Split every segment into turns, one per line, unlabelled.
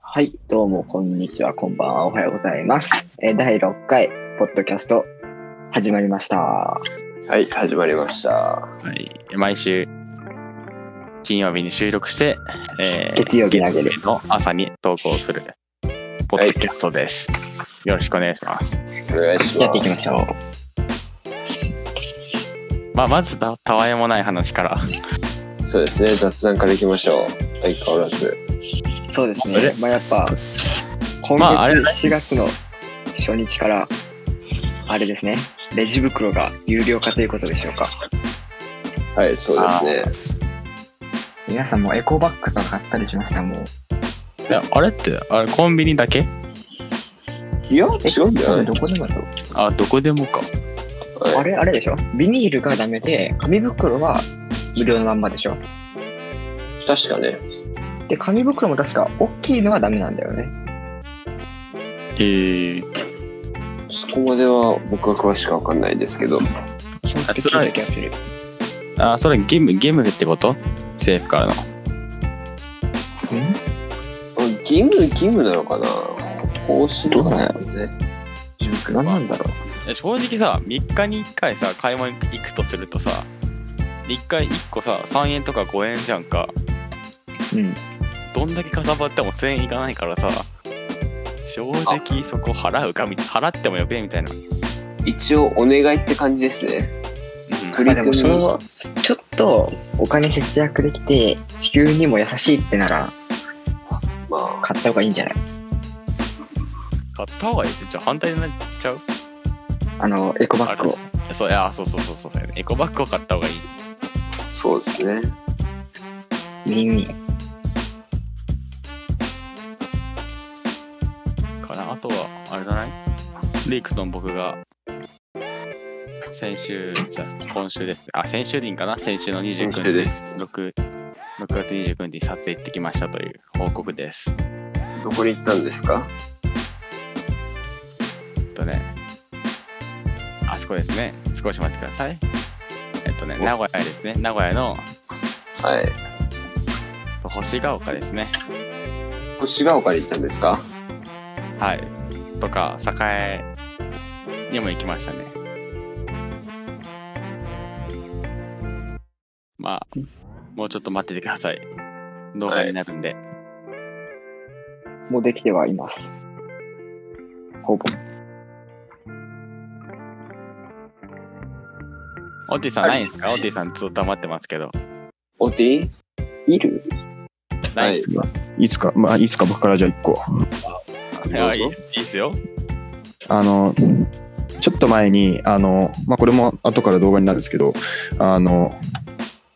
はい、どうも、こんにちは、こんばんは、おはようございます。えー第6回、ポッドキャスト、始まりました。
はい、始まりました。
はい、毎週金曜日に収録して、えー
月曜日投げる
月曜日の朝に投稿するポッドキャストです。よろしくお願いします。
お願いします。
やっていきましょう。
まあ、まずたたわいもない話から。
そうですね、雑談からいきましょう。相変わらず。
そうです
あれ
ね、まあやっぱ、今
まああれ
月4月の初日から、あれですね、レジ袋が有料化ということでしょうか。
はい、そうですね。
皆さんもエコバッグとか買ったりしましたもう。
いやあれってあれコンビニだけ
いや、違うんじゃない
こでもだろ
あ、どこでもか。
あれあれでしょビニールがダメで、紙袋は無料のまんまでしょ
確かね。
で、紙袋も確か大きいのはダメなんだよね。
えー、
そこまでは僕は詳しくわかんないですけど。
そう
あそれは
気がする。
あ、それ義務、義務ってこと政府からの。
うん
あ義務、義務なのかな方針なのかな
何なんだろう
え正直さ、3日に1回さ、買い物行くとするとさ、1回1個さ、3円とか5円じゃんか。
うん。
どんだけかさばっても1000円いかないからさ、正直そこ払うかみ払ってもよくねみたいな。
一応、お願いって感じですね。
う
ク
ん
ま
リ
あでも
ッ
そ
クに
のちょっとお金節約できて地球にも優しいってなら
ま
買った方がいいんじゃない
買った方がいいって、じゃあ反対になっちゃう
あのエコバッグを
そういや、そうそうそうそうそう、エコバッグを買った方がいい。
あ、そうですね。
ウィンウィン
かな。あとは、あれじゃないリークと僕が、先週、じゃあ今週ですね。あ、先週でいいんかな先週の29
先週で
日、6, 6月29日に撮影行ってきましたという報告です。
どこに行ったんですか
えっとね、あそこですね。少し待ってください。えっとね、名古屋ですね。名古屋の
はい。
星ヶ丘ですね。
星ヶ丘に行ったんですか
はい。とか、栄にも行きましたね。まあ、もうちょっと待っててください。動画になるんで。
もうできてはいますほぼ
オッティさ
は
ん
い
ないんですかオッティさんずっと黙ってますけど。
オティ
いる
ない
い。
いつか、まあ、いつか僕からじゃあ1個。
いやいい
どう
いいですよ。
あの、ちょっと前に、あの、まあ、これも後から動画になるんですけど、あの、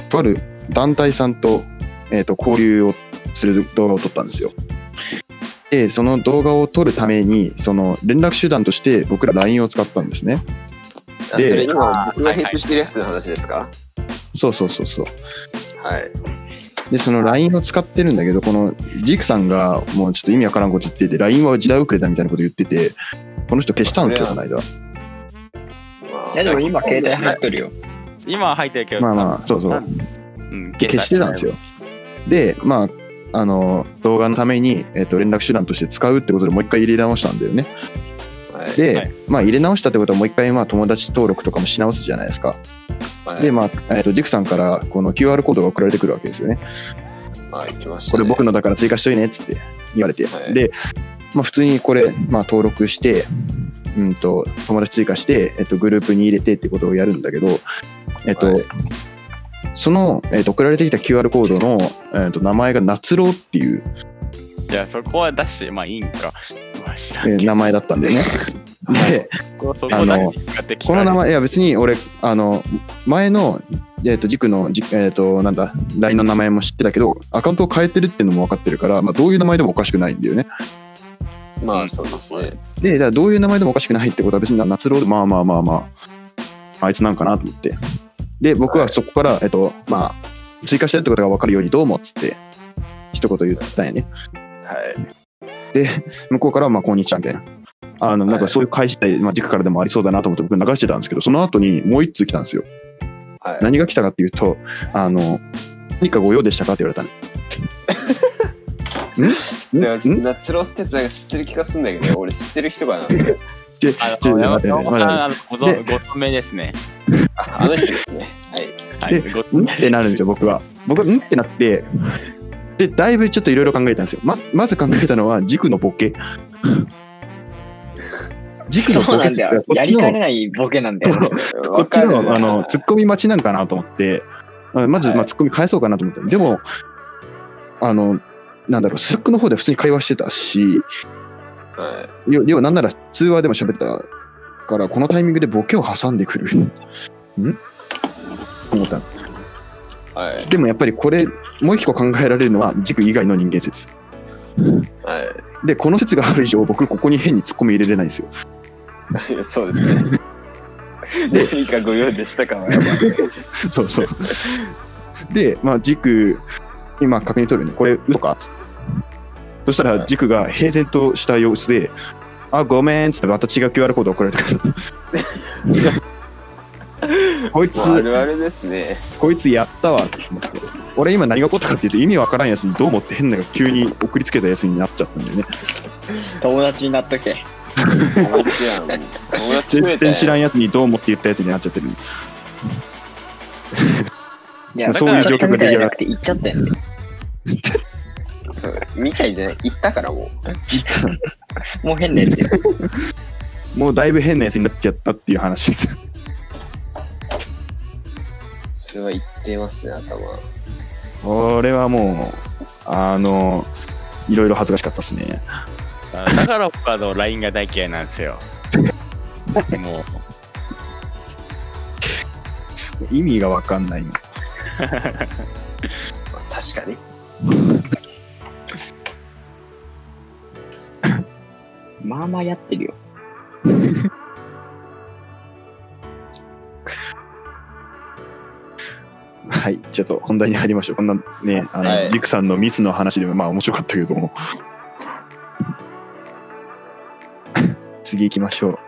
とある団体さんと、えっ、と、交流をする動画を撮ったんですよ。で、その動画を撮るために、その連絡手段として僕ら LINE を使ったんですね。
あそ
で
れ今、僕が
はいはい
編集してるやつの話ですか
そうそうそうそう。
はい。
で、その LINE を使ってるんだけど、このジークさんがもうちょっと意味わからんこと言ってて、LINE は時代遅れだみたいなこと言ってて、この人消したんですよ、この間。
まあ
いやでも今携帯入ってるよ
今は入ってるけど、
まあまあ、そうそう
な。うん、
消してたんです
よ。
よ。で、まあ、あの動画のために、えっと連絡手段として使うってことでもう一回入れ直したんだよね。
はい
で、
はい
まあ入れ直したってことはもう一回、まあ、友達登録とかもし直すじゃないですか。
はい
で、まあ、えっとディクさんからこの QR コードが送られてくるわけですよね。
まあ、行きました、
こ
ね。
れ僕のだから追加しといねっつって言われて。
はい
で、まあ、普通にこれ、まあ、登録して、うん、と友達追加して、えっとグループに入れてってことをやるんだけど、えっと
はい
その、えっと送られてきた QR コードの、えっと名前が夏郎っていう
いや、そこは出して、まあいいんか。まあ、知らん
えー名前だったんで ね。で、
そこだけ使って聞かれて
この名前、いや別に俺、あの、前の、えっ、と、軸の、じえっ、と、なんだ、LINE の名前も知ってたけど、アカウントを変えてるっていうのも分かってるから、まあ、どういう名前でもおかしくないんだよね。
まあ、そうですね。
で、だからどういう名前でもおかしくないってことは別に夏郎で、まあまあまあまあ、あいつなんかなと思って。で、僕はそこから、えっ、と、まあ、追加してるってことが分かるようにどうもっつって、一言言ったんやね。
はい。
向こうからはまあこんにちはみたいな。あのなんかそういう返したい、まあ、軸からでもありそうだなと思って僕流してたんですけど、その後にもう一通来たんですよ。
はい。
何が来たかっていうと、あの、何かご用でしたかって言われたの。
でも
ん
夏郎ってなんか知ってる気がするんだけど、俺知ってる人かな。
ちょ
あ
ちょ
の、山
待って
本
待
さん、
っ
あの、ご存、ご存命ですね。
ああの人です ね。はい。
はい、
で
ご
て
存
んっ
命
てなるんですよ僕は僕はんってなってでだいぶちょっといろいろ考えたんですよままず考えたのは軸のボケ軸の
そう
ボ
な
ケっ
ん
て
だ
こ
よ。や
っ
り
ち
か
の
ねないボケなんだよ。
こ
わ
っち
かる
の
な
あのツッコミ待ちなんかなと思って、まあまず
はい
まあツッコミ返そうかなと思って、でも、あの、なんだろう、スラックの方では普通に会話してたし、
はい
要要はなんなら通話でも喋ったから、このタイミングでボケを挟んでくる。ん 思った
はい
でもやっぱりこれ、もう一個考えられるのは、軸以外の人間説。
は
で、この説がある以上、僕、ここに変にツッコミ入れれないんですよ。
い。そうですね。何かご用でしたかはやばい
そうそう。 で、まあ、軸、今確認取るね、これ、嘘かっつってそしたら、軸が平然とした様子で、あ、ごめんっつって、また違う QR コード送られてくる。 こいつ
も、うあるあるですね。
こいつやったわっつって。俺今何が起こったかっていうと意味わからんやつにどうもって変なのが急に送りつけたやつになっちゃったんだよね。
友達になっとけ。
友達やん。友達増えた
全然知ら
ん。
んやつにどうもって言ったやつになっちゃってる。
いや、
そういう状況が出来上が
な
っ
くて行っちゃったよね。
そう見たいじゃない行ったからもう。
もう変なやつよ。
もうだいぶ変なやつになっちゃったっていう話です。
それは言ってますね、頭。
これはもう、あの、いろいろ恥ずかしかったですね。
だから僕はあの LINE が大嫌いなんですよ。もう、
意味がわかんないの。
まあ確かに。
まあまあやってるよ。
はい、ちょっと本題に入りましょう。こんなね、あの、
はい
ジクさんのミスの話でも、まあ面白かったけども。 次行きましょう。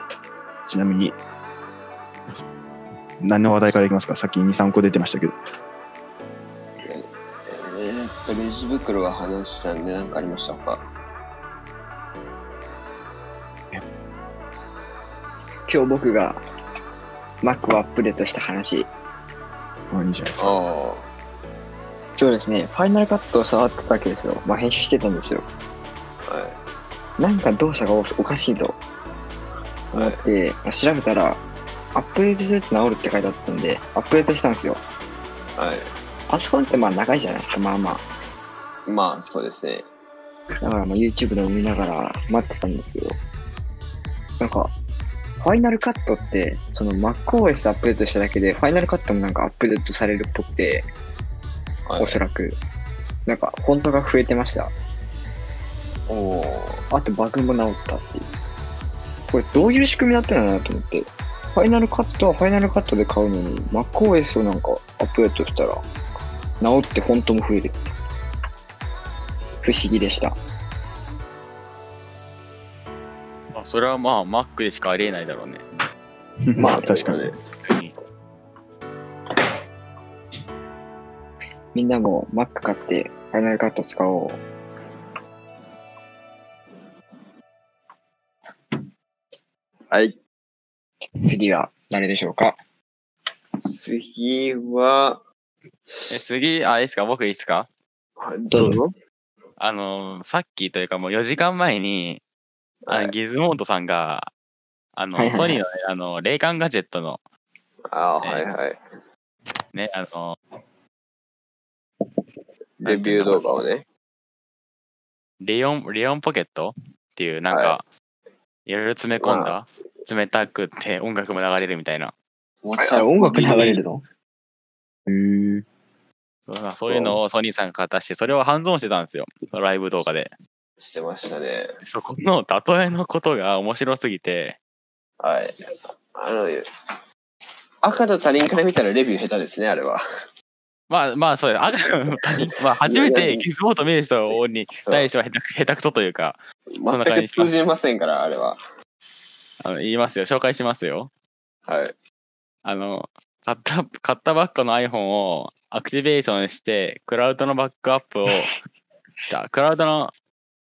ちなみに、何の話題からいきますかさっき2、3個出てましたけど。
えー、っと、レジ袋は話したんで何かありましたか
今日僕が Mac をアップデートした話。
まあいいじゃないですか。
あ
今日ですね、ファイナルカットを触ってたわけですよ。まあ編集してたんですよ。
あ、はい。
なんか動作がおおかしいと思って、まあ調べたら、アップデートすると治るって書いてあったんで、アップデートしたんですよ。
は
パソコンってまあ長いじゃないですか、まあまあ。
い。まあ、そうですね。
だからまあ YouTube の見ながら待ってたんですけど、なんか、ファイナルカットって、その MacOS アップデートしただけで、ファイナルカットもなんかアップデートされるっぽくて、
はい
おそらく。なんか、フォントが増えてました。
おー
あと、バグも治ったっていう。これ、どういう仕組みだったのかなと思って、ファイナルカットはファイナルカットで買うのに、MacOS をなんかアップデートしたら、治ってフォントも増える。不思議でした。
まあそれはまあ Mac でしかありえないだろうね。
まあ確かに。。
普通に
みんなも Mac 買って、ファイナルカット使おう。
はい。
次は誰でしょうか
次は、
え、次、あ、いいですか僕いいですか
どうぞ。
あの、さっきというかもう4時間前に、あの
はい
ギズモードさんが、あの、
はいはい
ソ
はい
ニーの,、あの霊感ガジェットの
ああ、はいはい。
ね、あの、
レビュー動画をね。
レオン、レオンポケットっていうなんか、、
はい
ろいろ詰め込ん
ま
だ、冷たくて音楽も流れるみたいな、
あ音楽流れるの
へー
まあそういうのをソニーさんが買ったして、それをハンズオンしてたんですよ、ライブ動画で。
してましたね。
そこの例えのことが面白すぎて、
はい。あの、赤と他人から見たらレビュー下手ですね、あれは。
まあまあそうです。あ まあ初めてギズモード見る人に対しては下手く下手くそというか、んな
全
感じ
く通じませんから、あれは。
あの言いますよ、紹介しますよ。
はい。
あの、買った、買ったばっかの iPhone をアクティベーションして、クラウドのバックアップを、じゃあクラウドの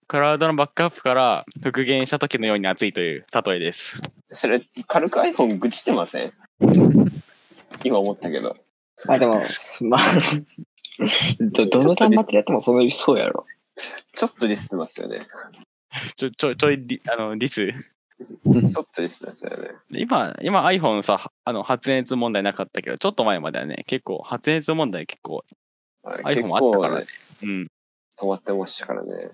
クラウドのバックアップから復元した時のように熱いという例えです。
それ、軽く iPhone 愚痴ってません今思ったけど。
まあでも、すまあ、 ど、どの端末でやってもそのそうやろ。
ちょっとディスってますよね。
ちょ、ちょ、ちょいディあのディス。
ちょっとディスってますよね。
今、今 iPhone さ、あの発熱問題なかったけど、ちょっと前まではね、結構発熱問題結構、
はい
iPhone あったからね。うん、っ
止まってましたからね。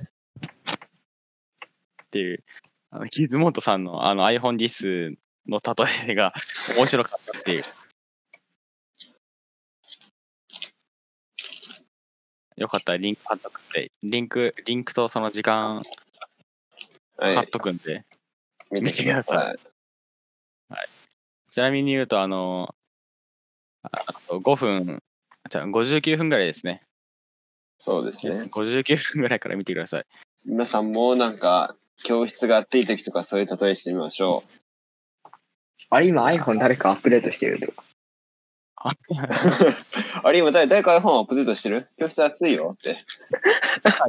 ていう、あのキズモートさんのあの iPhone ディスの例えが面白かったっていう。よかったらリンク貼っとくんで、リンク、リンクとその時間貼
は
っ
い。
とくんで、
見てください。
ちなみに言うと、あの、ああと5分、じゃあ59分ぐらいですね。
そうですね。
59分ぐらいから見てください。
皆さんもなんか、教室が暑い時とかそういう例えしてみましょ
あれ、今 iPhone 誰かアッ プデートしてるってこ
う。あれ、今誰、誰か iPhone アップデートしてる教室暑いよって。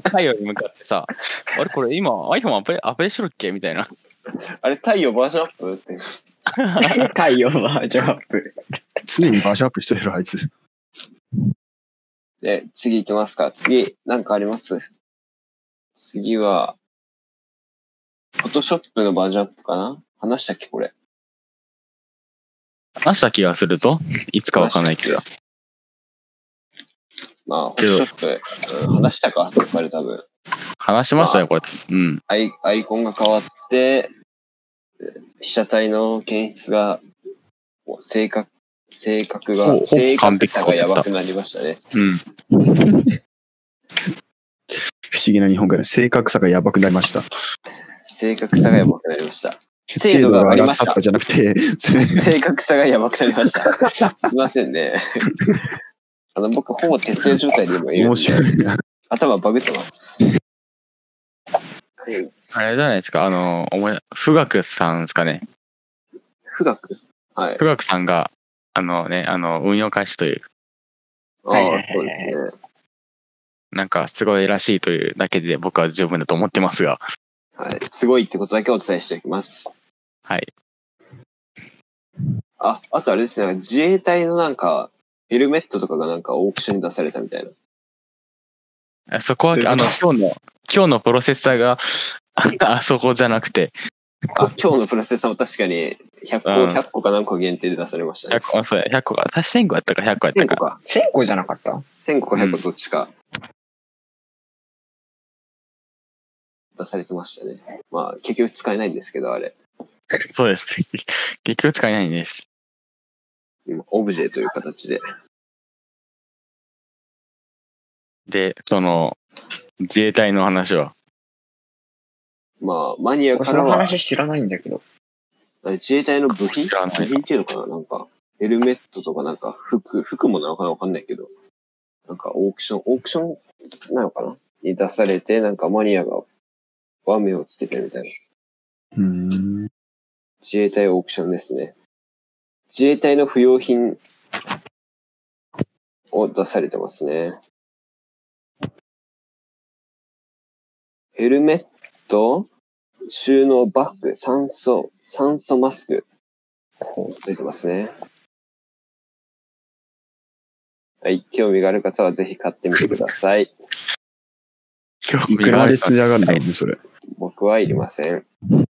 太陽に向かってさ、あれこれ今 iPhone アプリ、アプリしろっけみたいな。
あれ、太陽バージョンアップって。
と太陽バージョンアップ。
常にバージョンアップしてるあいつ。
で、次行きますか。次、なんかあります次は、フォトショップのバージョンアップかな話したっけこれ。
話した気がするぞ。いつかわかんないけど。
まあ、フォトショップ、うん、話したかどっかで多分。
話しましたよ、これ。うん。
アイアイコンが変わって、被写体の検出が、もう正確、正確
ほう
が
ほ、う
正
完
確
璧
さがやばくなりましたね。
うん。
不思議な日本語で正確さがやばくなりました。
正確さがやばくなりました。精度が上がりました
精度が上がったとかじゃなくて、せ
正確さがやばくなりました。すいませんね。 あの、僕、ほぼ徹夜状態で今いるん
面
で、
白い な。
頭バグってます。はい。
あれじゃないですか、あの、思い、富岳さんですかね。
富岳はい。
富岳さんが、あのね、あの、運用開始という、
あ
はいはいは
あ
い、
そうですね。
なんかすごいらしいというだけで僕は十分だと思ってますが。
はい。すごいってことだけお伝えしておきます。
はい。
あ、あとあれですね、なんか自衛隊のなんか、ヘルメットとかがなんかオークションに出されたみたいな。
あそこは、 あの、今日の、今日のプロセッサーが、 あそこじゃなくて、
あ、今日のプロセッサーも確かに100個、
うん
100個か何個限定で出されましたね
100。個、あそうや、100個が、私1000個やったか100個やった
1000個
か。
か。
1000個じゃなかった
1000個か100個
うん
どっちか。出されてましたね。まあ、結局使えないんですけど、あれ。
そうです。 結局使えないんです。
今オブジェという形で。
で、その、自衛隊の話は。
まあ、マニア
俺
か
そ
ら
の
は、
話知らないんだけど。
自衛隊の部品
知らない
部品っていうのかななんか、ヘルメットとかなんか、服、服もなのかなわかんないけど、なんかオークション、オークションなのかなに出されて、なんかマニアが、和名をつけてるみたいな。
うーん
自衛隊オークションですね。自衛隊の不要品を出されてますね。ヘルメット、収納バッグ、酸素、酸素マスク。出てますね。はい、興味がある方はぜひ買ってみてください。
興味
いく
があ
ら
る
で
人
つり上がるんだろうね、それ。
僕はいりません。自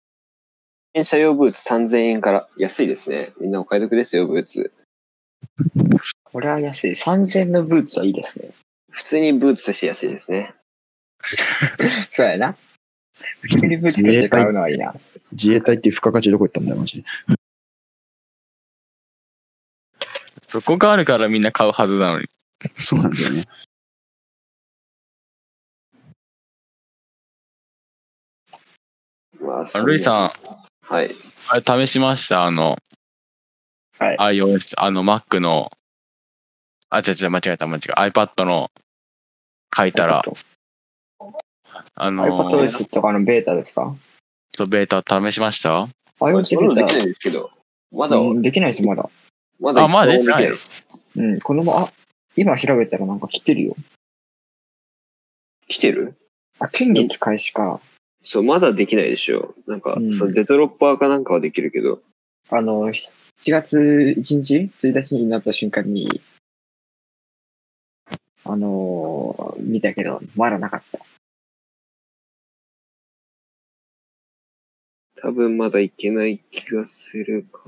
転車用ブーツ3000円から安いですね。みんなお買い得ですよ、ブーツ。
これは安い。3000のブーツはいいですね。
普通にブーツとして安いですね。
そうやな。普通にブーツとして買うのはいいな。
自衛隊っていう付加価値どこ行ったんだよ、マジで。
そこがあるからみんな買うはずなのに。
そうなんだよね。
まあ、そ
あ
んな
ルイさ
はい。
ん、あれ試しましたあの、
はい
iOS、あの Mac の、あ、違う違う、間違えた、間違えた。iPad の書いたら、あの、
iPadOS とかのベータですか
そうベータ試しました
あ
?IoT ベ
できない
ー
んですけど、ま
タ、
だ、
うん、できないです、まだ。
まだ
あまだできな
一
い
個もです。
うん、このま、あ、今調べたらなんか来てるよ。
来てる
あ、権限使いしか、
そう、まだできないでしょ。なんか、
うん
そのデトロッパーかなんかはできるけど、
あの、7月1日 ?1 日になった瞬間に、あのー見たけど、まだなかった。
多分まだいけない気がするか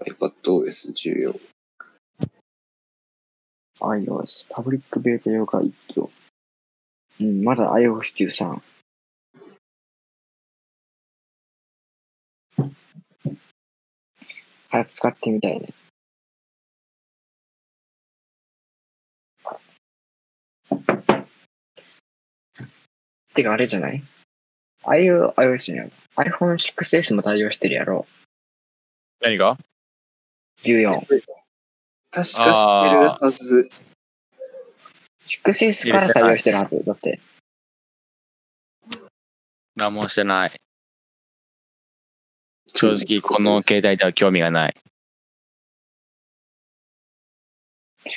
な。iPadOS14。
iOS、パブリックベータ用が1挙。うん、まだ iOS93。早く使ってみたいね。てかあれじゃない ?iOS iOS じゃない ?iPhone6S も対応してるやろ
何が
?14。
確かしてるはず。
6S から対応してるはず。だって。
何もしてない。正直、この携帯では興味がない。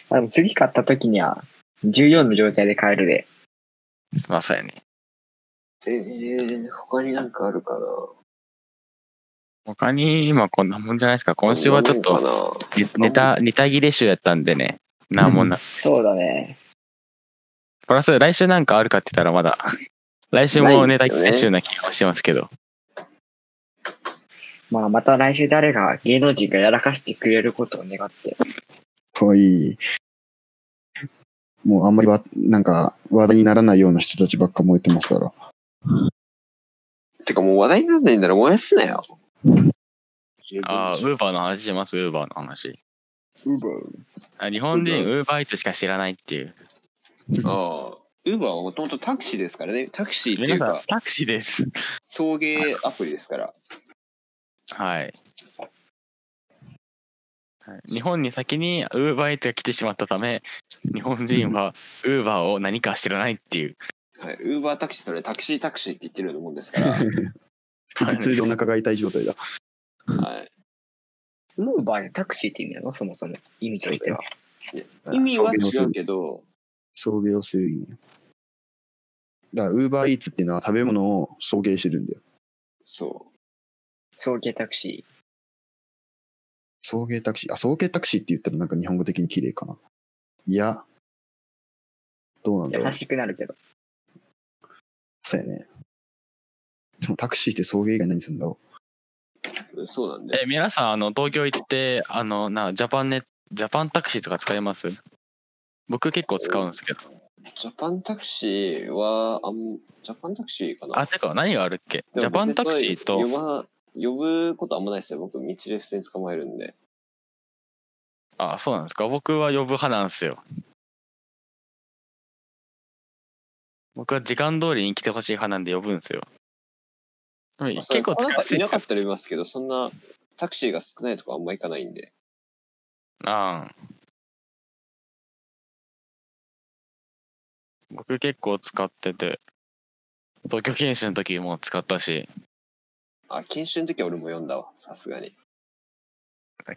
あでも次買った時には、14の状態で買えるで。
すみませんね。
えー、他になんかあるかな
他に、今こんなもんじゃないですか。今週はちょっと、
と。
ネネタ、ネタ切れ集やったんでね。なんもな。
そうだね。
プラス、来週なんかあるかって言ったらま だ。来週もネタ切れ集な気がしますけど。
まあ、また来週誰が芸能人がやらかしてくれることを願って。
かいい。もうあんまりわ、なんか話題にならないような人たちばっか燃えてますから。
てかもう話題にならないんなら燃やすなよ。
ああ、ウーバーの話します、ウーバーの話。あ日本人、ウーバーイーツしか知らないっていう。
ああ。ウーバーはもともとタクシーですからね。タクシーってい
皆
う
さん
か、、
タクシーです。
送迎アプリですから。
はい。はい日本に先にウーバーイーツが来てしまったため、日本人はウーバーを何か知らないっていう。
はい。ウーバータクシー、それタクシータクシーって言ってるようなもんです から。
はい
普通でお腹が痛い状態だ。
はい。
ウーバーでタクシーって意味なのそもそも。意味としては。
意味は違
送迎をす
う
る。
けど、
送迎をする意味。だから、ウーバーイーツっていうのは食べ物を送迎してるんだよ。
そ
送迎タクシ
送迎タクシー。あ、送迎タクシーって言ったらなんか日本語的に綺麗かな。いや、どうなんだ
ー。
ろう
優。しくなるけど。
そうやね。でもタクシーって送迎以外何するんだろ
う。そうなんで。
え、皆さん、あの、東京行って、あの、な、ジャパンネ、ジャパンタクシーとか使います僕結構使うんですけど。
ジャパンタクシーは、あん、ジャパンタクシーかな
あ、てか、何があるっけジャパンタクシー
で
と、
も別に呼ば、呼ぶことあんまないですよ。僕、道で普通に捕まえるんで。
あ、そうなんですか。僕は呼ぶ派なんですよ。僕は時間通りに来てほしい派なんで呼ぶんですよ。はい
まあそれ
結構使
ないん
や
か
す
い
いで
な
す
か
よ
ったらいますけど、そんな、タクシーが少ないとこあんま行かないんで。
ああ僕結構使ってて、東京研修の時も使ったし、
あ、研修の時は俺も読んだわ。さすがに。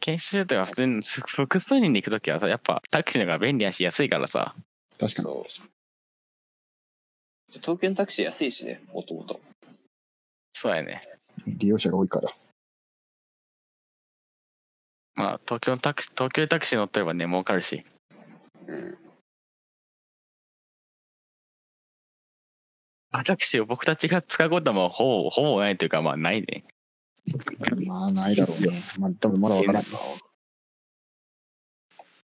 研修とか普通にす複数人で行く時はさ、やっぱタクシーの方が便利やし安いからさ、
う確かに。
そう。東京のタクシー安いしね、もともと。
そうやね。
利用者が多いから。
まあ、東京のタクシー、東京タクシー乗ってればね、儲かるし。
うん。
あ、タクシーを僕たちが使うことはもうほぼ、ほぼないというか、まあ、ないね。
まあ、ないだろうね。まあ、多分まだわからない。
い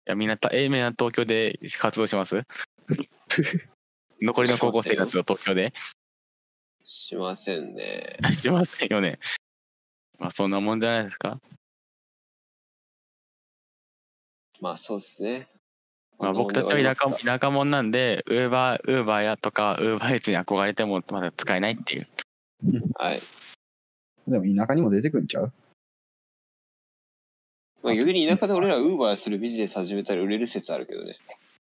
や、みんなた、え、みんな東京で活動します 残りの高校生活を東京で
しませんね。
しませんよね。まあ、そんなもんじゃないですか。
まあ、そうですね。
まあ、僕たちは田舎も、田舎者なんで、ウーバー、ウーバーやとか、ウーバーイーツに憧れても、まだ使えないっていう。
はい。
でも田舎にも出てくんちゃう
まあ、逆に田舎で俺らウーバーするビジネス始めたら売れる説あるけどね。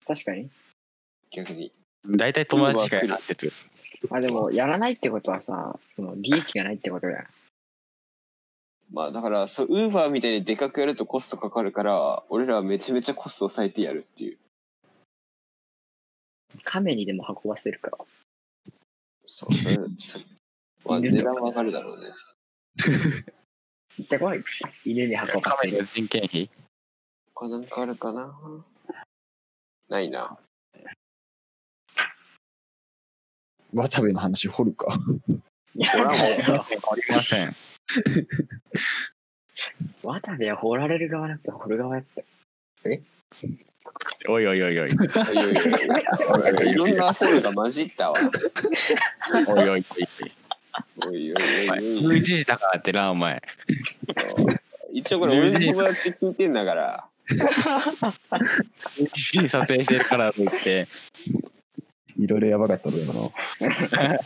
確かに。
逆に。
大体友達しかいないってやつ。
まあでも、やらないってことはさ、その、利益がないってことだよ。
まあだから、そう、ウーバーみたいにでかくやるとコストかかるから、俺らはめちゃめちゃコスト抑えてやるっていう。
亀にでも運ばせるか。
そう、それ、そまあ、値段わかるだろうね。
行ってこい。犬に運ばせ
亀
る
の。人件費
他なんかあるかなないな。
渡部の話掘る か。
いや
俺は
だよ。
ありません。
渡部は掘られる側なくて掘る側やった よ。
おいおいおいお
い
い。
やいやいやいろんなホールが混じったわ。
おいおいおい
おいおい おいお
おい。
い
11時だからってな、お前。
一応これ俺の友達聞いてんだから。
11時に撮影してるからと言って。
いろいろやばかったと思うな。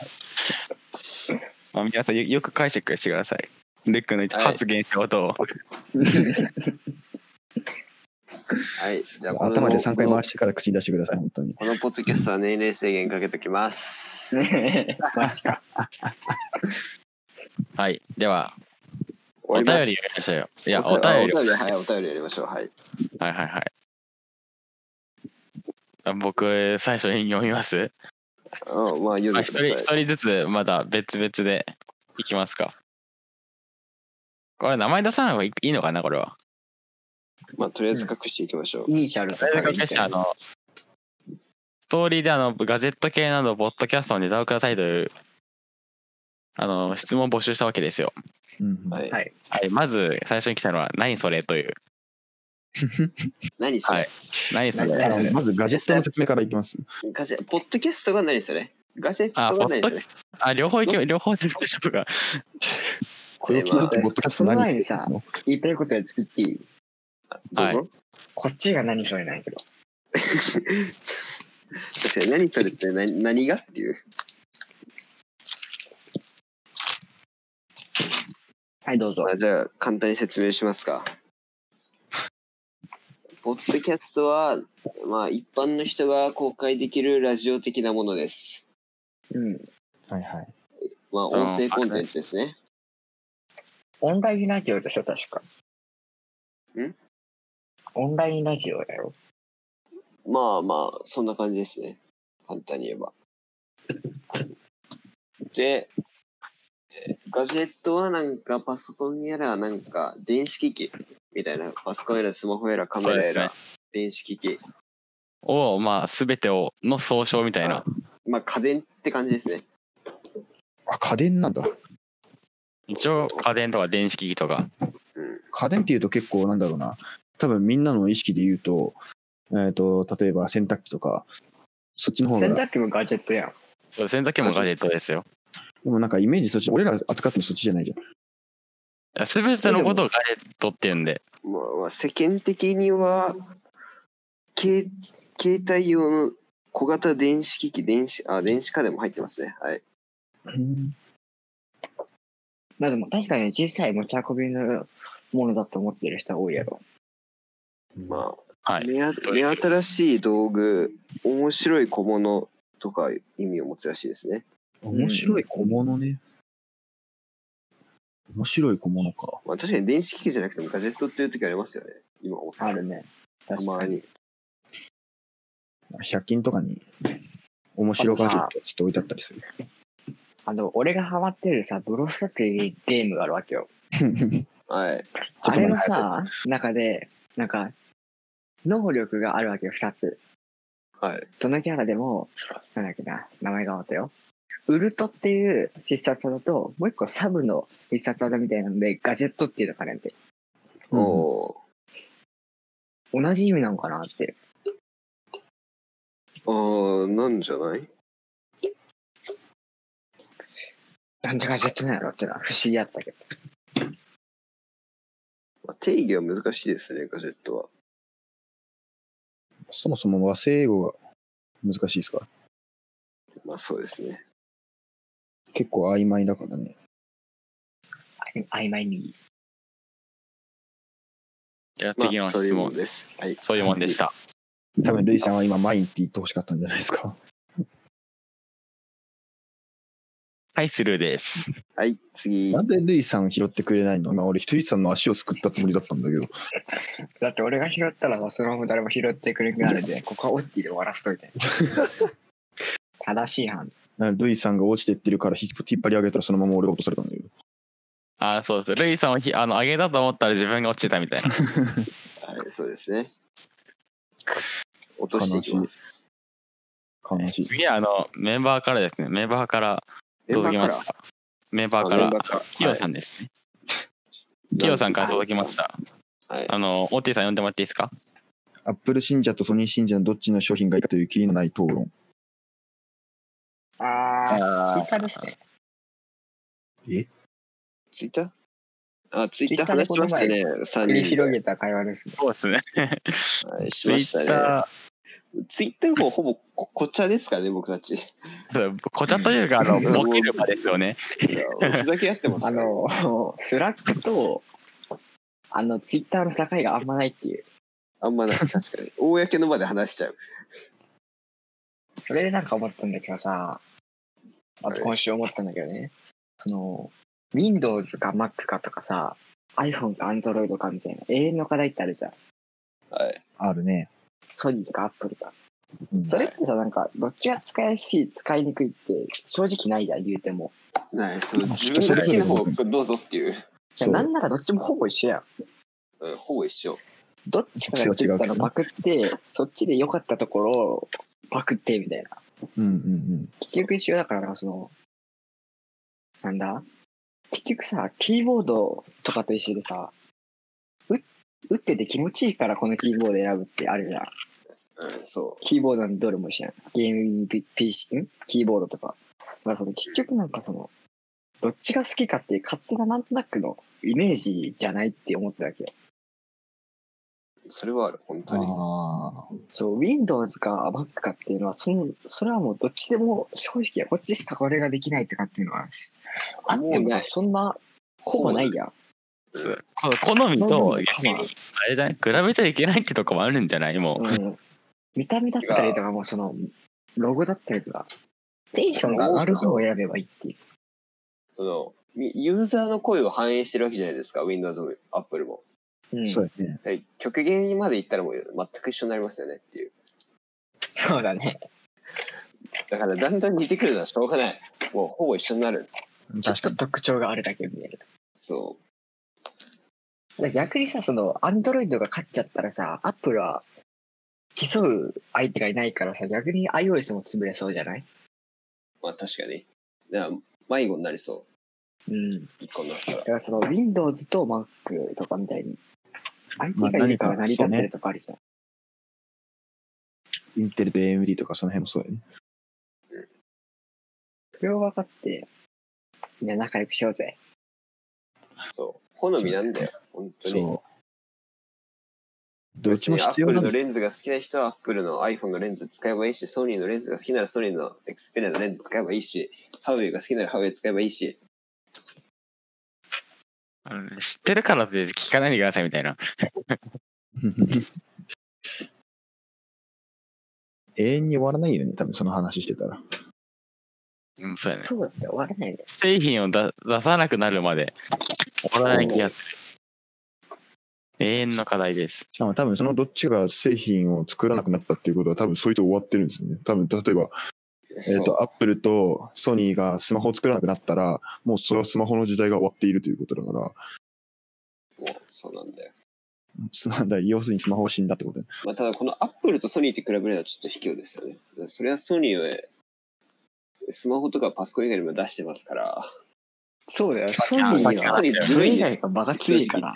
まあ、皆さんよよく解釈してください。レックの発言したことを。
はい。じゃあこの
頭で3回回してから口に出してください、本当に。
このポッドキャストは年齢制限かけときます。
マジか。
はい。では、
お
お便りやりましょうよ。い
い
や、お便り。
お便り、はい、お便りやりましょう。はい。
はいはいはい。あ僕、最初に読みます
うん、まあ読ん
あ
で
一
く
人
だ
一
さい。
人ずつ、まだ別々でいきますか。これ、名前出さない方がいいいいのかな、これは。
まあとりあえず隠していきましょう。
イニシャルとか
大
でいいん
学で
じ
あ
ゃない
の、ストーリーであの、ガジェット系など、ボットキャストのネタをくださいという、あの、質問を募集したわけですよ。
うん
はい
はい
はい、まず最初に来たのは、何それ という。
何それ、
はい何それ
何
あのまずガジェットの説明からいきます。
ガジェポッドキャストが何それガジェッ
あ、
ト
ポ
が
ッ
何
ド
それ
あ、両方いけ、両方出てきましょうか。
これを聞い
え
て、
ー
ポッドキャスト
その
何
前にさ言いたいことやつっていい
どうぞ。
こっちが何それないけど。
確かに何それって何何がっていう。
はい、どうぞ
ま。あ、じゃあ簡単に説明しますか。ポッドキャストは、まあ、一般の人が公開できるラジオ的なものです。
うん。
はいはい。
まあ、
そう
音声コンテンツですね。
オンラインラジオでしょ、確か。
ん
オンラインラジオだよ。
まあまあ、そんな感じですね。簡単に言えば。で、えガジェットはなんかパソコンやら、なんか電子機器みたいな、パソコンやらスマホやらカメラやら、電子機器。
を、まあ、すべてを、の総称みたいな。
まあ家電って感じですね。
あ、家電なんだ。
一応、家電とか電子機器とか。
家電っていうと結構なんだろうな多分みんなの意識で言うと,、えー、と例えば洗濯機とかそっちの方
洗
が
濯機もガジェットやん。
そう、洗濯機もガジェットですよ。
でもなんかイメージそっち俺ら扱ってるのそっちじゃないじゃん
すべてのことをガジェットって言うんで。
まあまあ、世間的には、携携帯用の小型電子機器、電子、あ、電子家電も入ってますね。はい。
まあでも確かに小さい持ち運びのものだと思ってる人は多いやろ。
まあ、
はい
目あ目新しい道具、面白い小物とか意味を持つらしいですね。
面白い小物ね面白い小物か
まあ、確かに電子機器じゃなくてもガジェットっていう時ありますよね。今思った
あるね。
た
確
ま
かに。
に。
100均とかに面白ガジェットちょっと置いてあったりする
あの、俺がハマってるさ、ブロスっていうゲームがあるわけよ。
はい。
あれのさ、中で、なんか、能力があるわけよ、二つ。
はい。
どのキャラでも、なんだっけな、名前が分かったよ。ウルトっていう必殺技と、もう一個サブの必殺技みたいなので、ガジェットっていうのがあるんで、
うん
お
同じ意味なのかなって。
ーおーなんじゃない
なんでガジェットなんやろっていうのは不思議やったけど。
まあ定義は難しいですね、ガジェットは。
そもそも和製英語が難しいですから
まあそうですね。
結構曖昧だからね
あ曖昧に。
じゃあ
まあ
次の
そうい
質
うもん
問。
です。はい。
そういうもん でした。
多分ルイさんは今マインって言ってほしかったんじゃないですか
はい、スルーです。
はい、次。
なんでルイさん拾ってくれないのまあ俺、ルイさんの足をすくったつもりだったんだけど。
だって俺が拾ったらもうそのまま誰も拾ってくれなくなるんで、ここはオッティで終わらせと いて。正しい判
なんかルイさんが落ちてってるから引っ引っ張り上げたらそのまま俺が落とされたんだけど。
あ、そうです。ルイさんをひあの上げたと思ったら自分が落ちてたみたいな。
はい、そうですね。落としていきます。
悲しい。
次はあのメンバーからですね。メンバーから
メンバ
届き
ー
ま
か
し
ら
た。メンバーか
あメ
ら
ンバーから。
キヨさんですね。
い
キヨさんから届きました。
はい。
あの、オッティさん呼んでもらっていいですか
アップル信者とソニー信者のどっちの商品がいいかという気のない討論。
ああ、ツイッターですね。
ツイッターあ、ツイッター
Twitter で
話しましたね。
繰り
3人。
広げた会話ですね。
そうですね。
はい、し
ツイ
ました
ッ
ね。
タ
ツイッターもほぼこ こっちゃですからね、僕たち。い
ー、こちゃというか、あの、
うん
ボケる場ですよね。
やふざけ合ってます
あ
から。
の、スラックと、あの、ツイッターの境があんまないっていう。
あんまない。確かに。公の場で話しちゃう。
それでなんか思ったんだけどさ、あと今週思ったんだけどね、その、Windows か Mac かとかさ、iPhone か Android かみたいな永遠の課題ってあるじゃん。
はい。
あるね。
ソニーか Apple か。
うん
それってさ、なんか、どっちが使いやすい、使いにくいって、正直ないじゃん、言うても。
はい、そう
まあ
自
人
分
そ
が好
れぞ
き
れ
な
だもん
方をどうぞっていう。
いや
そう
なんならどっちもほぼ一緒やん。
うんほぼ一緒。
どっちかが作ったのパクって、そっちで良かったところをパクって、みたいな。
うんうんうん。
結局一緒だからな、その、なんだ結局さ、キーボードとかと一緒でさ、う打ってて気持ちいいからこのキーボード選ぶってあるじゃん。
うん、そ
キーボードのどれも一緒やん。ゲーミング PC、んキーボードとか。だからその結局なんかその、どっちが好きかっていう勝手ななんとなくのイメージじゃないって思ったわけよ。
う。それはある、本当に。
ああ。
そう、Windows か Mac かっていうのは、その、それはもうどっちでも正直こっちしかこれができないとかっていうのは、あっても
もうな
さ、
い
そんな、ほぼないやん。
そうこの好みと、逆にあれじゃない比べちゃいけないってとこもあるんじゃないもう。
うん。見た目だったりとか、もうその、ロゴだったりとか、テンションが上がる方を選べばいいっていう。
その、みユーザーの声を反映してるわけじゃないですか、Windows も Apple も。
うん、
そうやね。
はい極限まで行ったらもう全く一緒になりますよねっていう。
そうだね。
だからだんだん似てくるのはしょうがない。もうほぼ一緒になる。
ちょっと。特徴があるだけ見える。
そ。
だから逆にさ、その、アンドロイドが勝っちゃったらさ、アップルは競う相手がいないからさ、逆に iOS も潰れそうじゃないう
まあ確かに。だから迷子になりそ
うん。
う。一個になったら
だ。からその Windows と Mac とかみたいに、相手がいるから成り立ってるとかあるじゃん。
インテルと AMD とかその辺もそうやね。
それを分かって、みんな仲良くしようぜ。
そう。好みなんだよ。本当に。
そう。どっちも必要
ア
な
ップ
ん
ルの
だ。
レンズが好きな人は Apple の iPhone のレンズ使えばいいし、ソニーのレンズが好きならソニーの Xperia のレンズ使えばいいし、ハウェイが好きならハウェイ使えばいいし、
あのね知ってるからって聞かないでくださいみたいな。
永遠に終わらないよね、多分その話してたら。
うん、そうやね。
そうだって終わらないで。
製品を出出さなくなるまで終わらない気がする。永遠の課題です。
しかも多分そのどっちが製品を作らなくなったっていうことは多分そいつ終わってるんですよね。多分例えば、えっ、
そう
と、アップルとソニーがスマホを作らなくなったら、もうそれはスマホの時代が終わっているということだから、
もうそうなんだよ。
スマ要するにスマホは死んだってことだよ
まあ、ただこの Apple とソニーって比べるのはちょっと卑怯ですよね。それはソニーはスマホとかパソコン以外にも出してますから、
そうだよ。ソニ
ニ
ー
ー
は
は、
それ以外が場が強いから。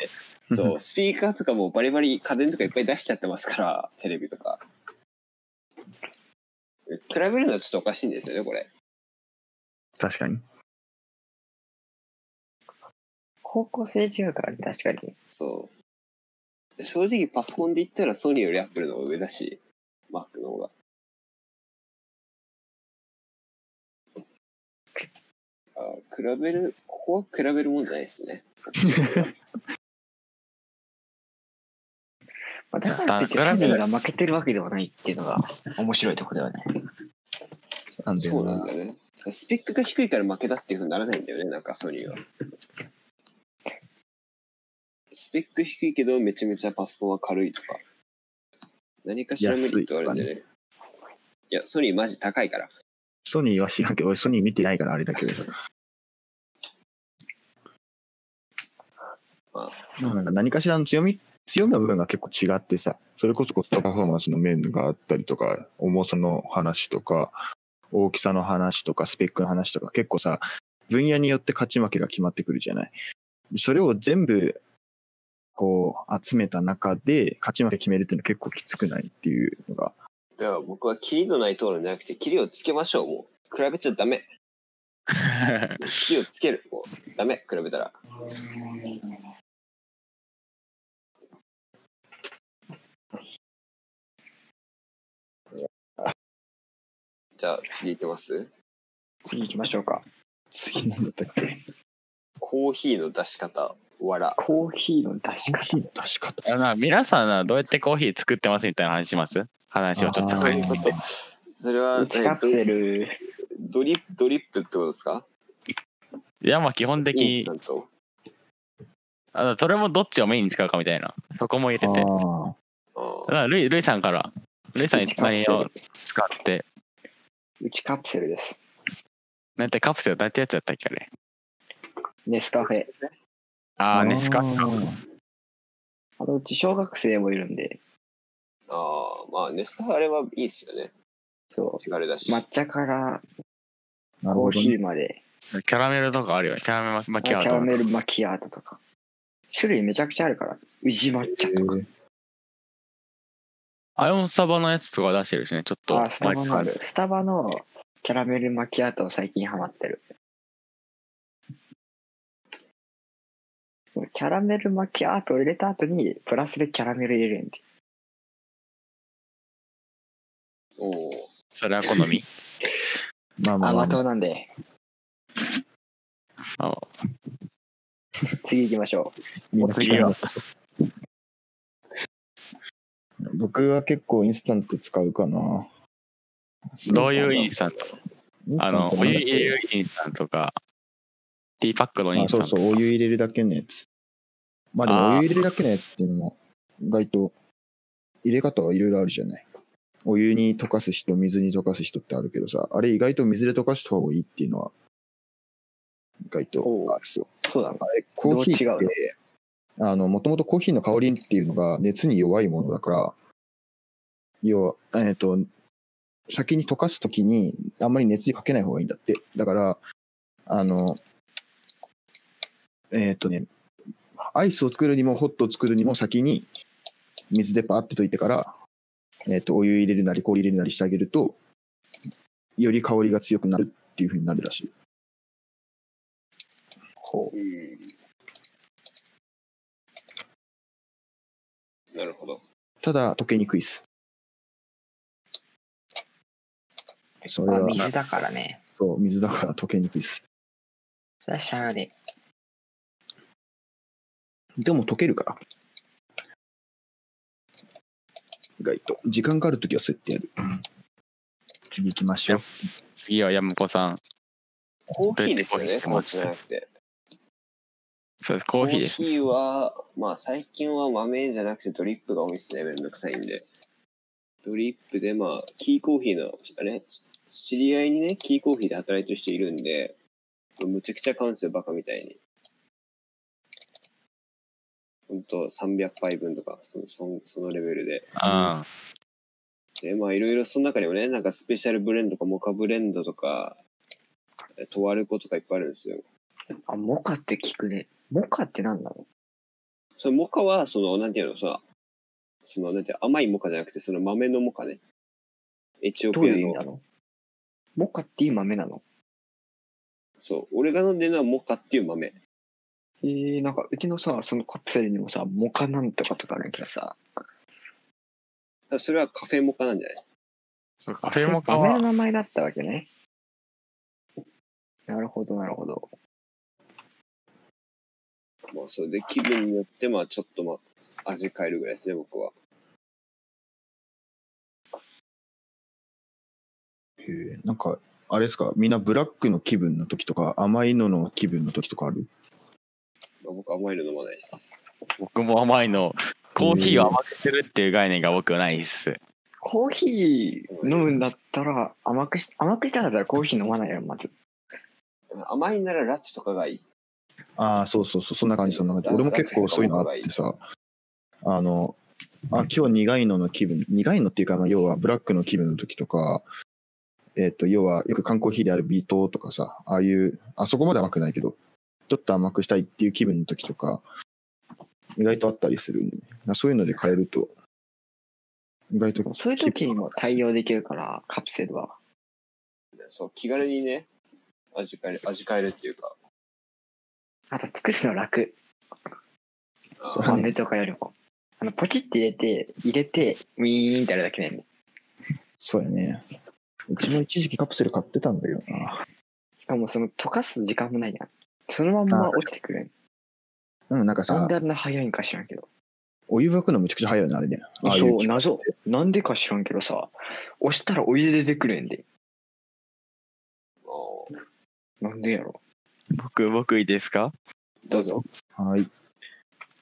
そう、スピーカーとかもバリバリ家電とかいっぱい出しちゃってますから、テレビとか。比べるのはちょっとおかしいんですよね、これ。
確かに。
方向性違うからね、確かに。
そう。正直パソコンで言ったらソニーより Apple の方が上だし、Mac の方が。あ比べる、ここは比べるもんじゃないですね。
まあ、だからといってソニーが負けてるわけではないっていうのが面白いところだよね。
なんで
そうなんだよね。スペックが低いから負けだっていうふうにならないんだよね、なんかソニーは。スペック低いけどめちゃめちゃパソコンは軽いとか。何かしらメリットはあるんだよね。いや、ソニーマジ高いから。
ソニーは知らんけど、俺ソニー見てないからあれだけど。
ま
でもなんか何かしらの強み、強みの部分が結構違ってさ、それこそコストパフォーマンスの面があったりとか、重さの話とか、大きさの話とか、スペックの話とか、結構さ、分野によって勝ち負けが決まってくるじゃない。それを全部、こう、集めた中で、勝ち負け決めるっていうのは結構きつくないっていうのが、
だから僕はキリのない討論じゃなくて、キリをつけましょう、もう。比べちゃダメ。 キリをつける。もう、ダメ、比べたら。じゃあ、次いきます
次行きましょうか。
次なんだったっけ
コーヒーの出し方、わら。
コーヒーの出し
コー
方。
ヒーの出し方。
あのな皆さんなどうやってコーヒー作ってますみたいな話します話をちょっと
あー
どういうことそれは、
打ちカプセル。
ドリップ、ドリップってことですか
いやまあ基本的
インス
に
タント。
あのそれもどっちをメインに使うかみたいなそこも入れて
あ
あ
だからルイルイさんからルイさん何を使って
打ちカプセルです。
なんてカプセルなんてやつだったっけあれ
ネスカフェ。
ああネスカ
あー
あのうち小学生もいるんで、
あああ、まあ、ネスカフェあれはいいですよね。
そ
手軽だし。
う。抹茶から
なる
コー
ほど
ヒ
ね。
ーまで、
キャラメルとかあるよねキャラメルマ
キ
キアー
ャ
ト
ラメルマキアートとか。種類めちゃくちゃあるから。宇治抹茶とか。
あれもスタバのやつとか出してるしねちょっと
あ、スタバのあ
前
る。スタバのキャラメルマキアート最近ハマってる。キャラメルマキアートを入れた後に、プラスでキャラメル入れるんで。
おお。
それは好み
まあまあまあ
甘党なんで。
あ
次行きましょ
みんな嫌いなさそう僕は結構インスタント使うかな。
どういうインスタント
インス
あ
タン
の
ト
お
なん
湯
だっけ
入れるインスタントかティーパックのイン
あ
スタ
そ
ン
う
ト
そう、お湯入れるだけのやつ。まあで
あ
も
ー
お湯入れるだけのやつっていうのも、意外と入れ方はいろいろあるじゃない。お湯に溶かす人、水に溶かす人ってあるけどさ、あれ意外と水で溶かした方がいいっていうのは、意外
お
と
う
あそう。
う。そうなの
あれコーヒーっ
どう違
て、あの、もともとコーヒーの香りっていうのが熱に弱いものだから、要は、えっ、と、先に溶かすときにあんまり熱にかけない方がいいんだって。だから、あの、えっ、とね、アイスを作るにもホットを作るにも先に水でパーって溶いてから、えっ、と、お湯入れるなり氷入れるなりしてあげると、より香りが強くなるっていう風になるらしい。
ほ
うん。なるほど。
ただ溶けにくいです。それ
まあ、
は
水だからね。
そう水だから溶けにくいです。
それはしゃあね
でも溶けるから。意外と時間があるときはそうやってやる。次行きましょう。
次は山子さん
コーヒーですよね、
コ
コ
ー
ー
ヒ
ヒ
ー
ーじゃなくて。
そうですコーヒーです
コーヒーは、まあ最近は豆じゃなくてドリップが多いですね、めんどくさいんで。ドリップで、まあ、キーコーヒーの、あれ、知り合いにね、キーコーヒーで働いてる人いるんで、むちゃくちゃ買うんですよ、バカみたいに。ほんと、300杯分とか、そのそのそのレベルで。
うん
で、まあいろいろその中にもね、なんかスペシャルブレンドとかモカブレンドとか、トワルコとかいっぱいあるんですよ。
あ、モカって聞くね。モカってなんだろ
そのモカは、その、なんていうの、さ、その、なんていうの甘いモカじゃなくて、その豆のモカね。エチオ
う
ピ
どう
ア
いう意味な
の。
のモカっていう豆なの
そう、俺が飲んでるのはモカっていう豆。
えー、なんかうちのさ、そのカプセルにもさ、モカなんとかとかあるんやけどさ、
それはカフェモカなんじゃない
そうカフェモカ
豆の
は
名前だったわけね。なるほど、なるほど。
まあ、それで気分によって、まあ、ちょっと、まあ、味変えるぐらいですね、僕は。
へえなんかあれですか、みんなブラックの気分の時とか、甘いのの気分の時とかある
まあ僕甘いの飲まないです。
僕も甘いの、コーヒーを甘くするっていう概念が僕はないです。
コーヒー飲むんだったら、甘くし、甘くしたんだったらコーヒー飲まないよ、まず。
甘いならラッチとかがいい。
ああ、そうそうそう、そんな感じ、そんな感じ。俺も結構そういうのあってさ、あの、あ、今日苦いのの気分、苦いのっていうか、まあ、要はブラックの気分の時とか、えっ、と、要はよく缶コーヒーである微糖とかさ、ああいう、あそこまで甘くないけど、ちょっと甘くしたいっていう気分の時とか、意外とあったりするんでね。まあそういうので変えると、意外と、
そういう時にも対応できるから、カプセルは。
そう、気軽にね、味変える、味変えるっていうか。
あと作るの楽。
あ
そう
ー
豆とかよりも。あの、ポチって入れて、入れて、ウィーンってやるだけなんで。
そうやね。うちも一時期カプセル買ってたんだけどな。
しかもその溶かす時間もないやん。そのまんま落ちてくる。
うん、なんか
な
さ
んで、あんな早いんか知らんけど。
お湯沸くのむちゃくちゃ早いよね、あれね。ああい
そう、謎。なんでか知らんけどさ、押したらお湯で出てくるんで。
あー
なんでやろ。
僕、僕いいですか
どうぞ。
はい。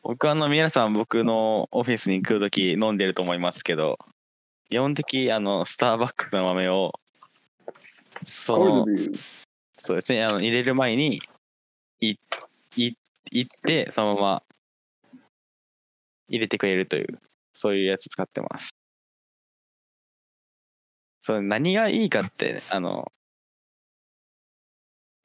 僕あの皆さん僕のオフィスに来るとき飲んでると思いますけど基本的にあのスターバックスの豆をその
ビュー。
そうですねあの入れる前にいい行ってそのまま入れてくれるというそういうやつ使ってますそれ何がいいかってねあの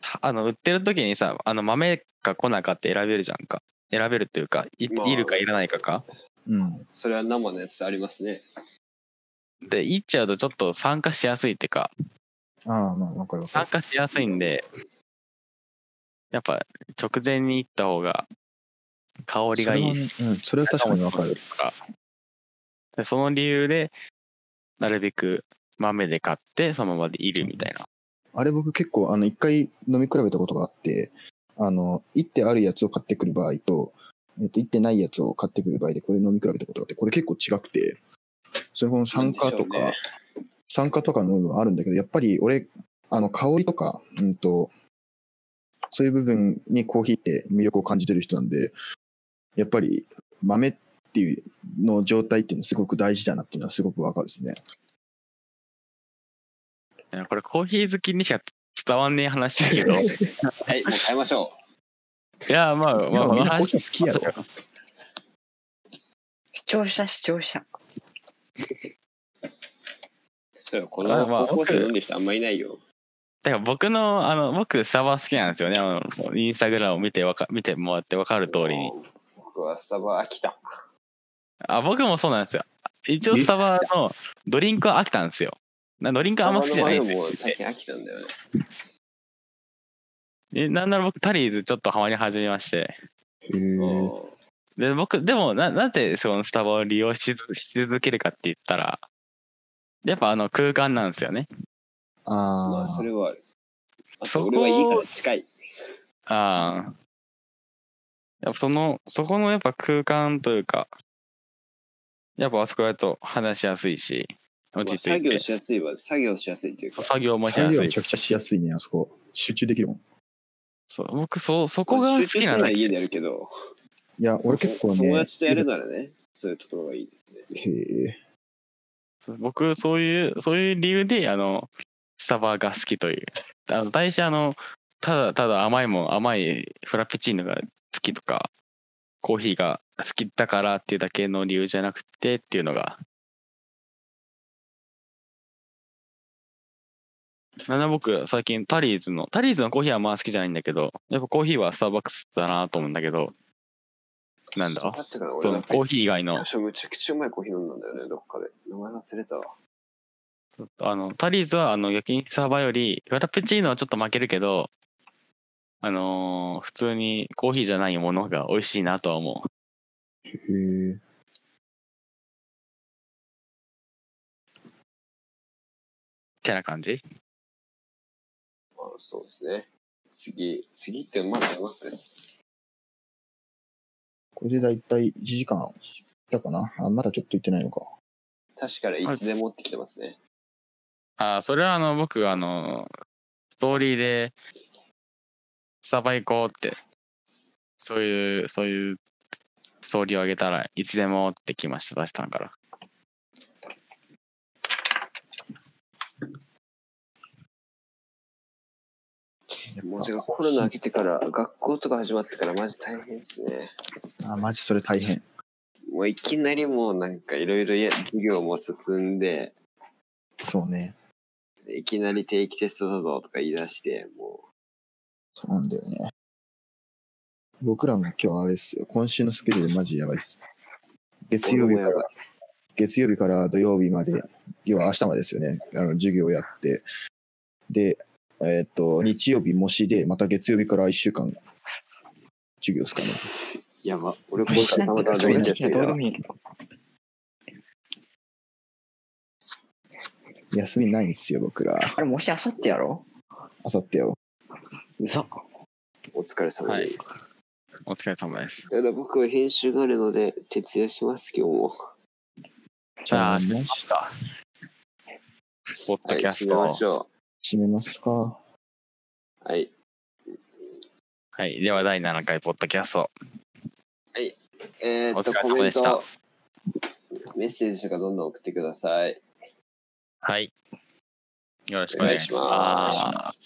はあの売ってる時にさあの豆か粉かって選べるじゃんか選べるというかい,、
まあ
いるかいらないかか
うん。
それは生のやつありますね。
でいっちゃうとちょっと酸化しやすいっていうか
ああ、まあ、わかるわか
参
る。
加しやすいんで、やっぱ直前に行った方が香りがいいし、
それはねうん、それは確かにわかる。
でその理由で、なるべく豆で買って、そのままでいるみたいな。
あれ僕結構、あの、一回飲み比べたことがあって、あの、行ってあるやつを買ってくる場合と、えっと、行ってないやつを買ってくる場合で、これ飲み比べたことがあって、これ結構違くて、それこの酸化
な
と
ん
か、
でしょうね
酸化とかの部分はあるんだけど、やっぱり俺、あの、香りとか、うんと、そういう部分にコーヒーって魅力を感じてる人なんで、やっぱり豆っていうの状態っていうのはすごく大事だなっていうのはすごくわかるですね。
いやこれコーヒー好きにしか伝わんねえ話だ けど、い
はい、もう変えましょ
や、まあ、まあ、こ
み
の
んなコー
話
ヒー好きやろ。
視聴者、視聴者。
う。そうよ、こ
ま
の
あまあ
高校生飲んでる人あんまいないよ。
だから僕の、あの、僕、スタバ好きなんですよね。あの、インスタグラムを見てわか、見てもらってわかる通りに。
僕はスタバ飽きた。
あ、僕もそうなんですよ。一応、スタバのドリンクは飽きたんですよ。なドリンクあんま好きじゃないん
ス
です
タバの
よ
前も最近飽きたんだよね。
えなんなら僕、タリーズちょっとハマり始めまして。
へー
う
で、僕、でもな、なぜそのスタバを利用し続し続けるかって言ったら、やっぱあの空間なんですよね。
んまあ、
あ
そ
あ、
れはある。あ
そ
と、
こ
俺はいいから近い。
ああ。やっぱその、そこのやっぱ空間というか、やっぱあそこだと話しやすいし、落ち
まあ作
着い
業
て、
しやすいわ、作業しやすいっていうか。
作業もし
作
や
業
す
め
い
ち。ゃくちゃしやすいね、あそこ。集中できるもん。
そう僕そう、そこが好
集中す
きな
るの
んだ
は家でやるけど、
いや、俺結構ね。
友達とやるならね、そういうところがいいですね。
へえ。
僕、そういう、そういう理由で、あの、スタバが好きという。あの、大してあの、ただただ甘いもん、甘いフラペチーノが好きとか、コーヒーが好きだからっていうだけの理由じゃなくてっていうのが。なんだ僕、最近タリーズの、タリーズのコーヒーはまあ好きじゃないんだけど、やっぱコーヒーはスターバックスだなと思うんだけど、なんだ
だってから俺
そ
な
の
んか
コーヒー以外の
最初むちゃくちゃうまいコーヒー飲んだんだよね、どっかで。名前忘れたわ。
あの、タリーズは、あの、焼肉サーバーより、フラペチーノはちょっと負けるけど、あのー普通にコーヒーじゃないものが美味しいなとは思う。
へえ。
てな感じ
まあ、そうですね。次、次ってまだありますね。
これでだいたい1時間だかな。あ、まだちょっと行ってないのか。
確からいつでも持ってきてますね。
あー、それはあの、僕、あのトーリーで、スタバ行こうって、そういう、そういうストーリーをあげたらいつでもって来ました、出したんから。
もうてかコロナ明けてから、学校とか始まってからマジ大変ですね。
あ、マジそれ大変。
もういきなりもうなんかいろいろや授業も進んで、
そうね。
いきなり定期テストだぞとか言い出して、も
そうなんだよね。僕らも今日あれっすよ。今週のスケジュールマジやばいっす。
う、
月曜日
俺も
か
や
ら
ばい。
月曜日から土曜日まで、要は明日までですよね、あの授業をやって、で、えーっと、日曜日模試で、また月曜日から1週間、授業ですかね。
やば。俺今回たまたま
どう
勉
で
強してた
もいいけど。
休みないんですよ、僕ら。
あれ、もしあさってやろ
あさってよ。
うざ。
お疲れ様です。
お疲れ様です。
ただ僕は編集があるので、徹夜します、今日も。
じ
さ
ゃ
あ、
あ、
し
も
ま
う
した。ポッ
は
ド
い、
キャス
締
ト。
め
は
ま
い
し、ょ
閉めますか。
う。はい。
では、第7回ポッドキャスト。
えーっと、
お疲
コ
れ様
メン
でした
ト、メッセージとかどんどん送ってください。
はい。よろしく
お
お
願
願い
い
し
し
ま
ますす。